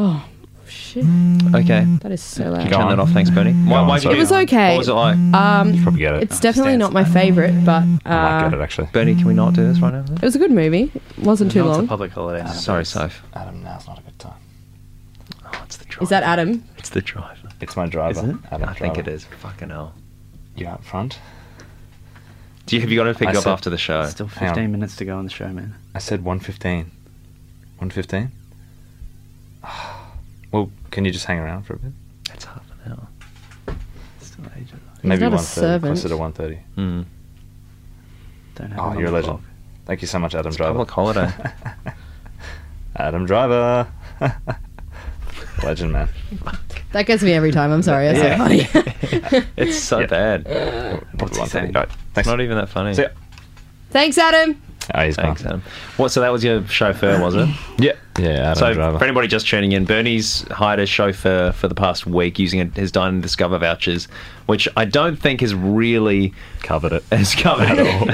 Oh shit!
do that? Okay.
That is so
Turn
loud.
that off, thanks, Bernie. Why,
on,
why'd you
Soph.
do
It was
that?
okay.
What was it like?
Um,
You probably get it.
It's definitely not my favorite, but
I
uh,
get it actually.
Bernie, can we not do this right now?
it was a good movie. wasn't too
No, It's
long.
a public holiday.
Sorry, Soph.
Adam, now's not a good time.
Is that Adam?
It's the driver.
It's my driver.
Is it?
Adam
I think it
driver.
is. Fucking hell.
You're up front.
Do you, have you got to pick
I
it up
said-
after the show?
Still
Hang on.
15 minutes to go on the show, man.
I said 115. 115? [SIGHS] Well, can you just hang around for a bit?
That's half an hour. Still ages.
Maybe
not a
130,
servant.
closer to 130.
Mm.
Don't have
Oh,
it on
you're a
the
legend.
clock.
Thank you so much, [LAUGHS] Adam Driver.
Public holiday.
Adam Driver. [LAUGHS] Legend, man.
That gets me every time. I'm sorry. That's
Yeah.
so funny.
[LAUGHS] It's so bad. [LAUGHS]
What's he saying?
It's not even that funny.
See ya.
Thanks, Adam.
Oh, he's
Thanks, Adam. What? So that was your chauffeur, was it?
[CLEARS THROAT] Yeah. Yeah, Adam
so
Driver.
for anybody just tuning in, Bernie's hired a chauffeur for the past week using his Dine and Discover vouchers, which I don't think has really
covered it.
Has covered [LAUGHS]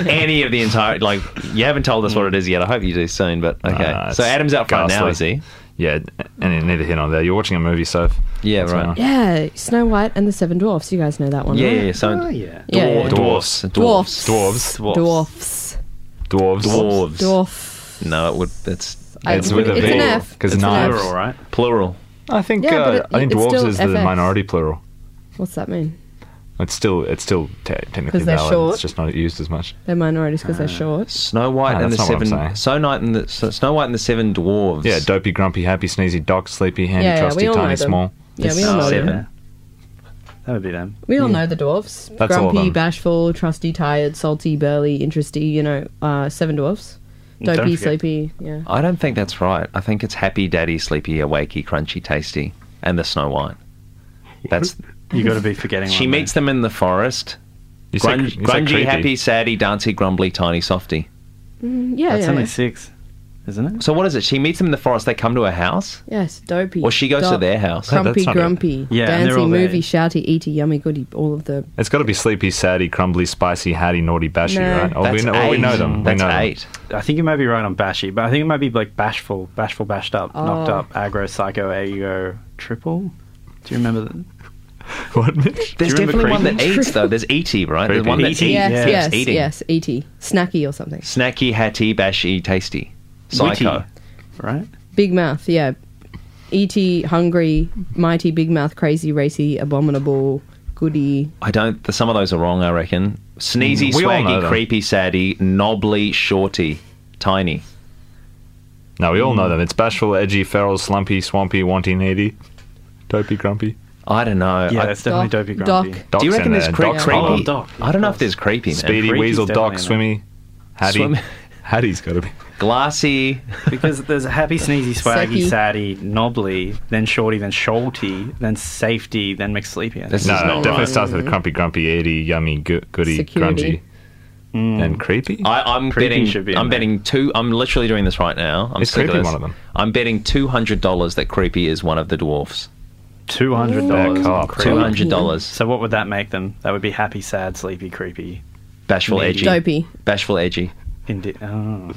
any of the entire. Like you haven't told us what it is yet. I hope you do soon. But okay.
Uh,
so
it's
Adam's out front now, is
ghastly.
he?
Yeah, and neither here nor there. You're watching a movie, so
yeah, right.
Yeah, Snow White and the Seven Dwarfs. You guys know that one,
Yeah,
right?
yeah. So
Oh, yeah.
dwar-
Yeah, yeah.
dwarfs,
Dwarfs.
Dwarves.
Dwarfs.
Dwarves.
Dwarves.
Dwarf.
No, it would. It's
I- It's with a it's V. an F.
Because
It's an
knives.
F. Plural,
right? Plural.
I think
Yeah,
uh,
but it-
I think
it's
dwarves
still
is the
FF.
minority plural.
What's that mean?
It's still it's still te- technically
'Cause they're
valid.
short.
It's just not used as much.
They're minorities because
Uh,
they're short.
Snow White
No,
and the
that's not what I'm
Seven.
saying.
So Night and the so Snow White and the Seven Dwarves.
Yeah, dopey, grumpy, happy, sneezy, dog, sleepy, handy,
Yeah, yeah,
trusty,
we all know
tiny,
them.
small.
Yeah, we all know them.
Seven.
That would be them.
We all know the dwarfs.
That's all of
Grumpy,
them.
bashful, trusty, tired, salty, burly, interesty, you know, uh, seven dwarfs.
Don't
Dopey,
forget-
sleepy, yeah.
I don't think that's right. I think it's Happy Daddy, Sleepy, Awakey, Crunchy, Tasty, and the Snow White. That's
[LAUGHS] You got to be forgetting.
she
one,
meets them in the forest.
You said-
Grunge-
you said
grungy,
creepy.
happy, saddy, dancy, grumbly, tiny, softy.
Mm, yeah,
That's
yeah,
only
yeah.
six, isn't it?
So what is it? She meets them in the forest. They come to her house.
Yes, dopey.
Or she goes to
dop,
their house. No,
Grumpy,
that's not it.
grumpy,
Yeah, and they're
dancing,
all there.
movie, shouty, eaty, yummy, goody, all of the.
It's got to be sleepy, saddy, crumbly, spicy, hatty, naughty, bashy,
No.
right? Or Oh, we,
That's
know, or we
eight.
know them.
That's
we know
eight.
I think you might be right on bashy, but I think it might be like bashful, bashful, bashed up, knocked
Oh.
up, aggro, psycho, aggro, triple. Do you remember that?
Them. [LAUGHS] What, Mitch?
There's
Do you remember
definitely one that
Creepy?
eats though. There's Eaty, right? There's
Creepy.
Uh, one that eats,
Eaty,
yes,
yeah.
keeps
yes,
eating.
yes, eaty, snacky or something.
Snacky, hatty, bashy, tasty, psycho.
Witty, right?
Big mouth, yeah. Eaty, hungry, mighty, big mouth, crazy, racy, abominable, goody.
I don't. the- Some of those are wrong. I reckon. Sneezy,
Mm, We all know
swaggy,
them.
creepy, saddy, knobbly, shorty, tiny. Hmm.
No, we all know them. It's bashful, edgy, feral, slumpy, swampy, wanty, needy, dopey, grumpy.
I don't know.
Yeah,
I-
that's definitely
Doc-
dopey grumpy.
Doc.
Doc's
do you reckon
in
there's
there.
cre-
Doc's
creepy?
one of
Oh,
them.
Doc,
I don't know if
of
there's creepy, man.
Speedy,
Creepy's
weasel, doc,
definitely
swimmy, hatty. [LAUGHS]
Swim-
Hatty's got to be.
Glassy.
because there's a happy,
[LAUGHS]
sneezy, swaggy,
Sucky.
saddy, knobbly, then shorty, then shorty, then safety, then McSleepy. I think.
This
No,
is not
definitely
right.
starts with crumpy, grumpy, itty, yummy, go- goody,
Security.
grungy, and creepy.
I, I'm
Hmm. Creepy
betting.
should be in
I'm
there.
betting two. I'm literally doing this right now. I'm
Is
sick
Creepy
of this.
one of them?
I'm betting two hundred dollars that creepy is one of the dwarfs.
Two hundred
Back
dollars.
up.
Two hundred dollars.
So what would that make them? That would be happy, sad, sleepy, creepy.
Bashful
Maybe.
edgy.
Dopey.
Bashful edgy.
Indi- oh,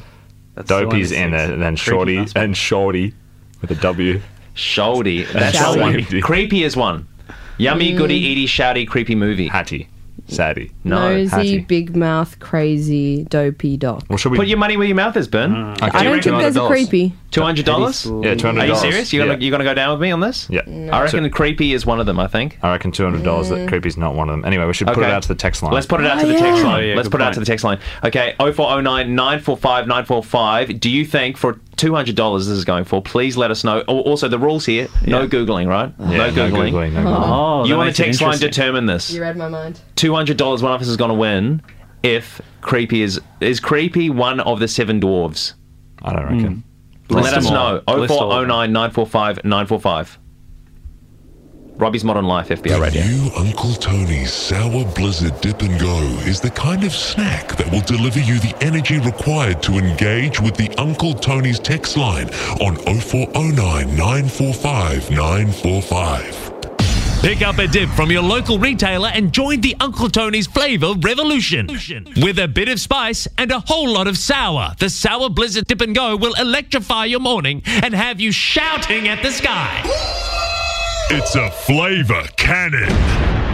that's the
Dopey's
one
in
that
it,
sings.
and then
Creepy
shorty,
must be-
and shorty with a W.
Sholdy. That's
Shouty.
one.
Shouty.
Creepy is one.
Mm.
Yummy, goody, eaty, shouty, creepy movie.
Hatty, saddy.
No,
Nosy,
hatty.
big mouth, crazy, dopey, doc.
Well, should we? Ah.
Put your money where your mouth is, Bern.
Okay,
I don't
reckon
think there's a
$200.
creepy.
Two hundred dollars.
Yeah, two hundred
Are you
dollars.
serious? You gonna
yeah.
you gonna go down with me on this?
Yeah.
I reckon creepy is one of them. I think.
I reckon two hundred dollars. That creepy's not one of them. Anyway, we should put
Okay.
it out to the text line.
Let's put it out
Oh,
to the
yeah.
text line.
Oh, yeah,
Let's
good
put it out
point.
to the text line. Okay, 0409 945 945. Do you think for $200 this is going for? Please let us know. Al- Also, the rules here no Googling, right?
Yeah,
no Googling.
No Googling.
Oh, that
you on the
makes it
text line
interesting.
determine this.
You read my mind.
$200 one of us is going to win if Creepy is. Is Creepy one of the seven dwarves?
I don't reckon.
let us
them
know.
all. List all of
0409 945 945. Robbie's Modern Life, FBI Radio.
New Uncle Tony's Sour Blizzard Dip and Go is the kind of snack that will deliver you the energy required to engage with the Uncle Tony's text line on 0409 945 945.
Pick up a dip from your local retailer and join the Uncle Tony's flavor revolution. With a bit of spice and a whole lot of sour, the Sour Blizzard Dip and Go will electrify your morning and have you shouting at the sky.
It's a flavor cannon.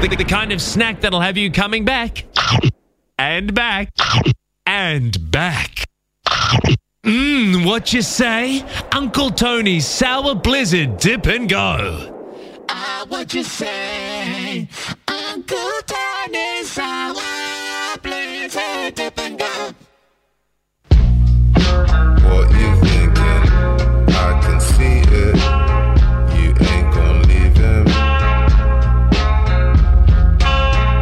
The, the kind of snack that'll have you coming back and back and back. Mmm, what you say? Uncle Tony's Sour Blizzard Dip and Go.
Ah, what you say? Uncle Tony's sour blizzard dip and go.
What you thinking? I can see it. You ain't gonna leave him.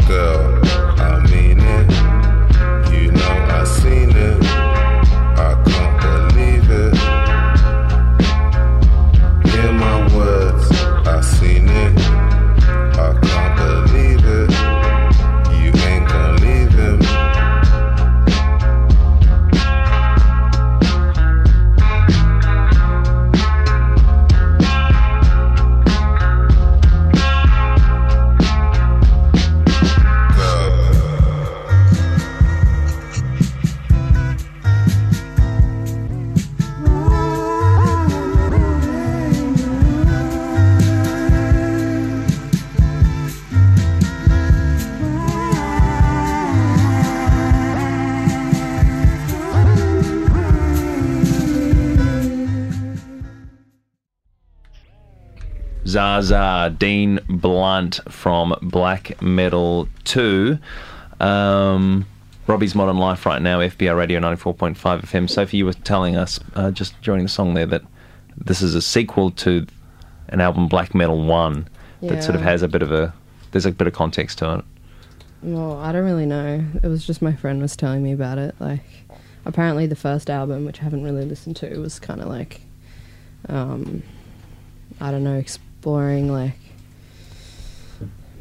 Girl, I mean it. You know I seen it. I can't believe it.
Zaza, Dean Blunt from Black Metal 2. Um, Robbie's Modern Life right now, FBR Radio 94.5 FM. Sophie, you were telling us uh, just during the song there that this is a sequel to an album Black Metal 1
Yeah.
that sort of has a bit of a, there's a bit of context to it.
Well, I don't really know. It was just my friend was telling me about it. Like, apparently the first album, which I haven't really listened to, was kind of like, um, I don't know, exploring like.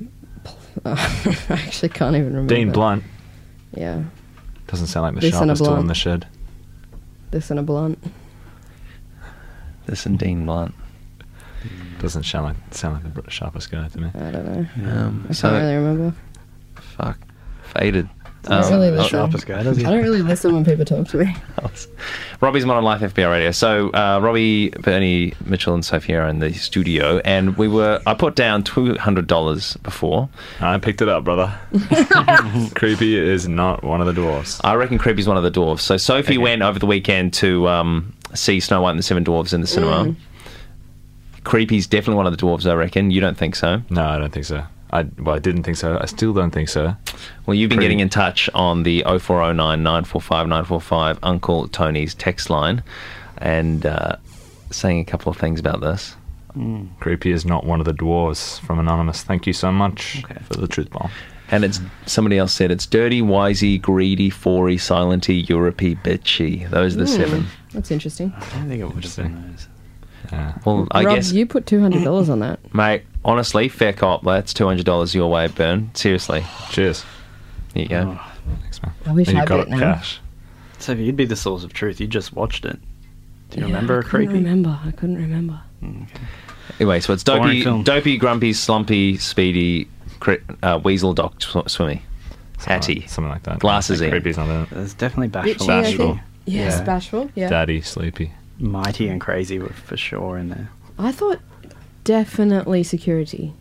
[LAUGHS] I actually can't even remember.
Dean Blunt
Yeah,
doesn't sound like the
Listen to
sharpest tool in
Blunt.
the shed.
this and a blunt.
This and Dean Blunt.
Doesn't sound like sound like the sharpest guy to me.
I don't know.
Um,
I
so-
can't really remember.
Fuck. Faded.
I
Um,
don't really listen.
guy,
I don't really listen when people talk to me.
Robbie's Modern Life FBR Radio. So uh, Robbie, Bernie, Mitchell, and Sophie are in the studio, and we were. I put down two hundred dollars before.
I picked it up, brother. [LAUGHS] Creepy is not one of the dwarfs.
I reckon Creepy's one of the dwarves. So Sophie went over the weekend to um, see Snow White and the Seven Dwarves in the cinema. Creepy's definitely one of the dwarves, I reckon. You don't think so?
No, I don't think so. I well, I didn't think so. I still don't think so.
Well, you've been
Pretty-
getting in touch on the 0409 945 945 Uncle Tony's text line and uh, saying a couple of things about this.
Mm. Creepy is not one of the dwarves from Anonymous. Thank you so much for the truth bomb.
And it's somebody else said it's dirty, wisey, greedy, fory, silenty, europy, bitchy. Those are the
Hmm,
seven.
That's interesting.
I don't think it would have been those.
Well, I
Rob,
guess,
you put two hundred dollars on that.
mate. Honestly, fair cop. That's two hundred dollars your way, Burn. Seriously.
Cheers. Oh.
There you go.
Thanks, man.
I wish I bet now.
So if you'd be the source of truth, you just watched it. Do you
Yeah,
remember
I
a
couldn't
creepy?
remember. I couldn't remember.
Anyway, so it's
Boring
dopey,
film.
dopey, grumpy, slumpy, speedy, cri- uh, weasel, doc, sw- swimmy, hattie,
something like that.
Glasses in.
Creepy's not in it.
There's definitely bashful.
Bitchy, I think. Yes,
Yeah.
bashful. Yeah.
Daddy, sleepy.
Mighty and crazy were for sure in there.
I thought definitely security.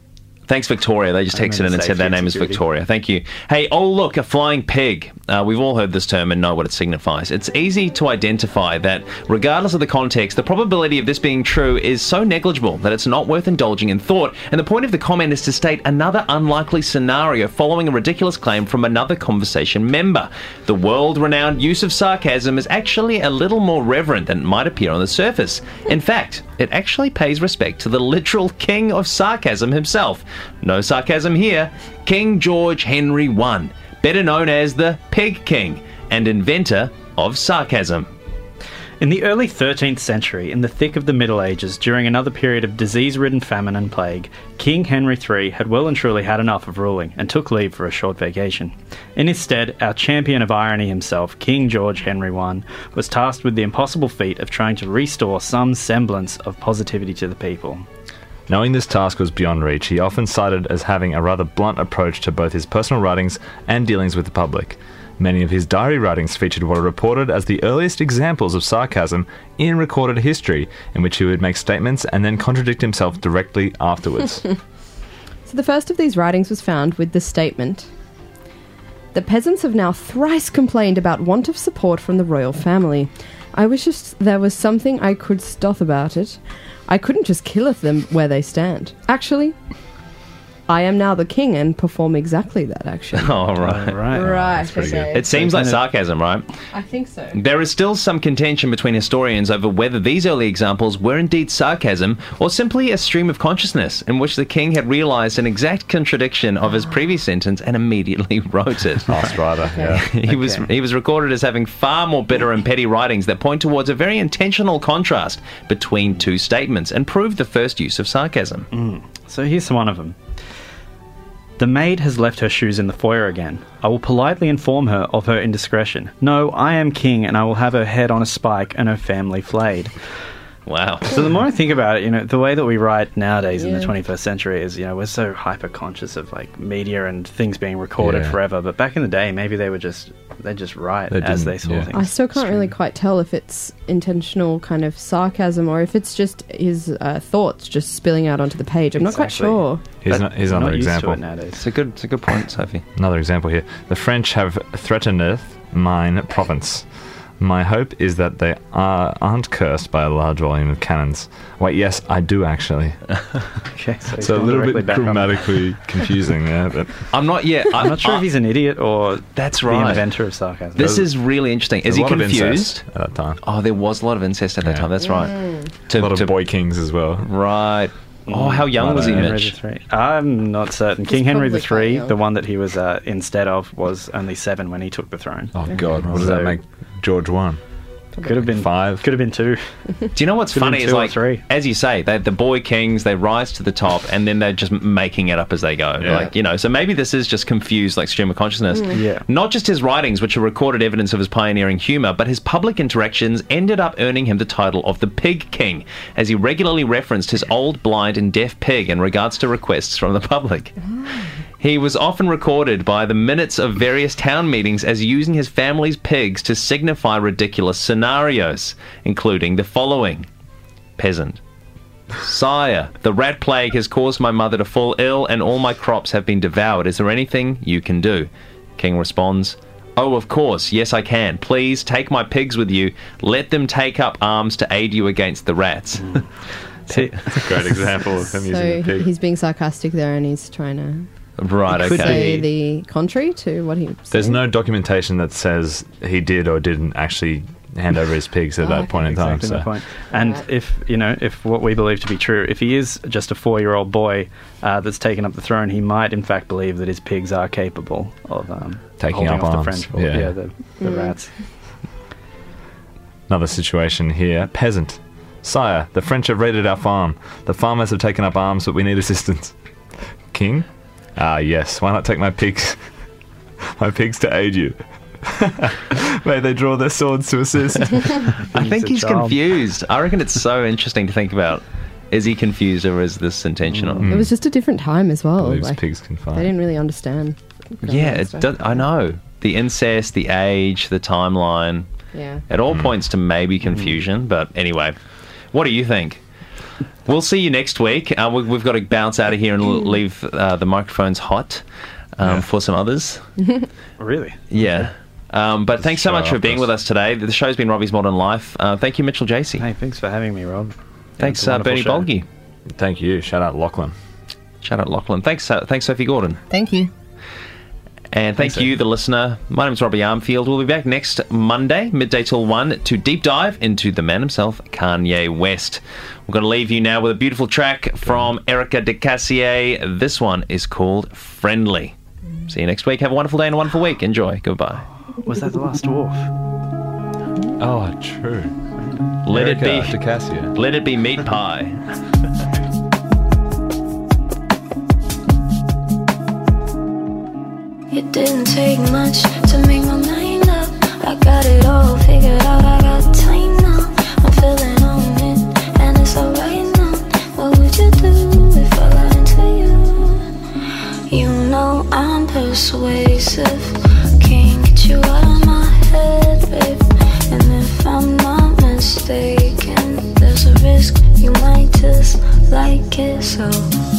Thanks, Victoria. They just
I
texted in
meant
and
safety
said their
and
name is
security.
Victoria. Thank you. Hey, oh, look, a flying pig. Uh, we've all heard this term and know what it signifies. It's easy to identify that, regardless of the context, the probability of this being true is so negligible that it's not worth indulging in thought. And the point of the comment is to state another unlikely scenario following a ridiculous claim from another conversation member. The world renowned use of sarcasm is actually a little more reverent than it might appear on the surface. In fact, it actually pays respect to the literal king of sarcasm himself. No sarcasm here. King George Henry I, better known as the Pig King and inventor of sarcasm.
In the early 13th century, in the thick of the Middle Ages, during another period of disease ridden famine and plague, King Henry III had well and truly had enough of ruling and took leave for a short vacation. In his stead, our champion of irony himself, King George Henry I, was tasked with the impossible feat of trying to restore some semblance of positivity to the people.
Knowing this task was beyond reach, he often cited as having a rather blunt approach to both his personal writings and dealings with the public. Many of his diary writings featured what are reported as the earliest examples of sarcasm in recorded history, in which he would make statements and then contradict himself directly afterwards.
[LAUGHS] So the first of these writings was found with the statement The peasants have now thrice complained about want of support from the royal family. I wish just there was something I could stoth about it. I couldn't just killeth them where they stand. Actually, I am now the king and perform exactly
[LAUGHS]
that
[LAUGHS]
action.
All Oh, right.
Right.
Right, That's pretty okay. good.
It seems like sarcasm, right?
I think so.
There is still some contention between historians over whether these early examples were indeed sarcasm or simply a stream of consciousness in which the king had realized an exact contradiction of his previous sentence and immediately [LAUGHS] wrote it.
Fast rider,
[LAUGHS]
yeah.
he was he was recorded as having far more bitter and petty writings that point towards a very intentional contrast between two statements and prove the first use of sarcasm.
Mm. So here's one of them. The maid has left her shoes in the foyer again. I will politely inform her of her indiscretion. No, I am king, and I will have her head on a spike and her family flayed.
Wow.
So the more I think about it, you know, the way that we write nowadays in the
Yeah.
21st century is, you know, we're so hyper conscious of like media and things being recorded
Yeah.
forever. But back in the day, maybe they were just they just write
They
as
didn't,
they saw
yeah.
things.
I still can't really quite tell if it's intentional kind of sarcasm or if it's just his uh, thoughts just spilling out onto the page. I'm not quite
Exactly.
sure.
Here's,
But
no, here's
We're
another
not used to
example.
it nowadays.
It's a good it's a good point, Sophie.
Another example here. The French have threateneth mine province. My hope is that they are, aren't cursed by a large volume of cannons. Wait, yes, I
[LAUGHS]
do actually.
okay, so, he's
so a
gone
little
directly
bit
back on that. [LAUGHS]
grammatically confusing there, but
I'm not yet.
I'm not sure if he's an idiot or
that's
the
right.
inventor of sarcasm.
This is really interesting. Is
There's a
he
lot of incest
confused?
at that time?
Oh, there was a lot of incest at that time. That's right.
a lot of boy kings as well.
Right. Oh, how young
Right,
was he,
Henry
Mitch?
the III. I'm not certain. King Henry
probably quite
III,
young.
the one that he was uh, instead of, was only seven when he took the throne.
Oh God, what does that
So-
make George one?
Could have been
Five.
Could have been two.
[LAUGHS] Do you know what's
Could've been
funny? Is
two or
like,
three.
as you say, they the boy kings. They rise to the top, and then they're just making it up as they go.
Yeah.
Like you know, so maybe this is just confused, like stream of consciousness.
Mm. Yeah.
Not just his writings, which are recorded evidence of his pioneering humor, but his public interactions ended up earning him the title of the Pig King, as he regularly referenced his old, blind, and deaf pig in regards to requests from the public. He was often recorded by the minutes of various town meetings as using his family's pigs to signify ridiculous scenarios, including the following Peasant. Sire, the rat plague has caused my mother to fall ill and all my crops have been devoured. Is there anything you can do? King responds, Oh, of course, yes, I can. Please take my pigs with you. Let them take up arms to aid you against the rats. [LAUGHS] See,
Mm. Great example of
[LAUGHS]
him
So
using the
he-
pig.
he's being sarcastic there, and he's trying to
right, okay.
say the contrary to what he.
[LAUGHS] There's no documentation that says he did or didn't actually hand over his pigs at
Oh,
that
okay.
point in time.
Exactly my
so.
point. And
Alright.
if you know, if what we believe to be true, if he is just a four-year-old boy uh, that's taken up the throne, he might in fact believe that his pigs are capable of um,
Taking
holding
up
off the
arms,
French, folk.
yeah.
yeah, the, the
Mm. [LAUGHS]
rats.
Another situation here. Peasant. Sire, the French have raided our farm. The farmers have taken up arms, but we need assistance. King? Ah, yes. Why not take my pigs? [LAUGHS] my pigs to aid you. [LAUGHS] May they draw their swords to
[LAUGHS]
assist.
I think
a
he's
child.
confused. I reckon it's
[LAUGHS]
so interesting to think about. Is he confused or is this intentional?
Mm. It was just a different time as well.
Believes
Like,
pigs can fight.
They didn't really understand.
Yeah, it does, I know. The incest, the age, the timeline.
Yeah.
It
Hmm.
all points to maybe confusion, but anyway, what do you think? We'll see you next week. Uh, we, we've got to bounce out of here and l- leave uh, the microphones hot um, for some others.
Really?
Yeah. Um, but thanks so
try
much for
off
being
this.
with us today. The show's been Robbie's Modern Life. Uh, thank you, Mitchell Jacey.
Hey, thanks for having me, Rob. Yeah,
thanks,
it's a
uh,
wonderful
Bernie
show.
Bolgi.
Thank you. Shout out Lachlan.
Shout out Lachlan. Thanks, uh, thanks Sophie Gordon.
Thank you.
And thank you, the listener. My name's Robbie Armfield. We'll be back next Monday, midday till 1, to deep dive into the man himself, Kanye West. We're going to leave you now with a beautiful track from Erica DeCassier. This one is called Friendly. See you next week. Have a wonderful day and a wonderful week. Enjoy. Goodbye.
Was that the last dwarf?
Oh, true.
Let
Erica
it be.
DeCassia.
Let it be meat pie.
It didn't take much to make my mind up. I got it all figured out. I got time now. I'm feeling on it, and it's alright now. What would you do if I lied into you? You know I'm persuasive. Can't get you out of my head, babe. And if I'm not mistaken, there's a risk you might just like it so.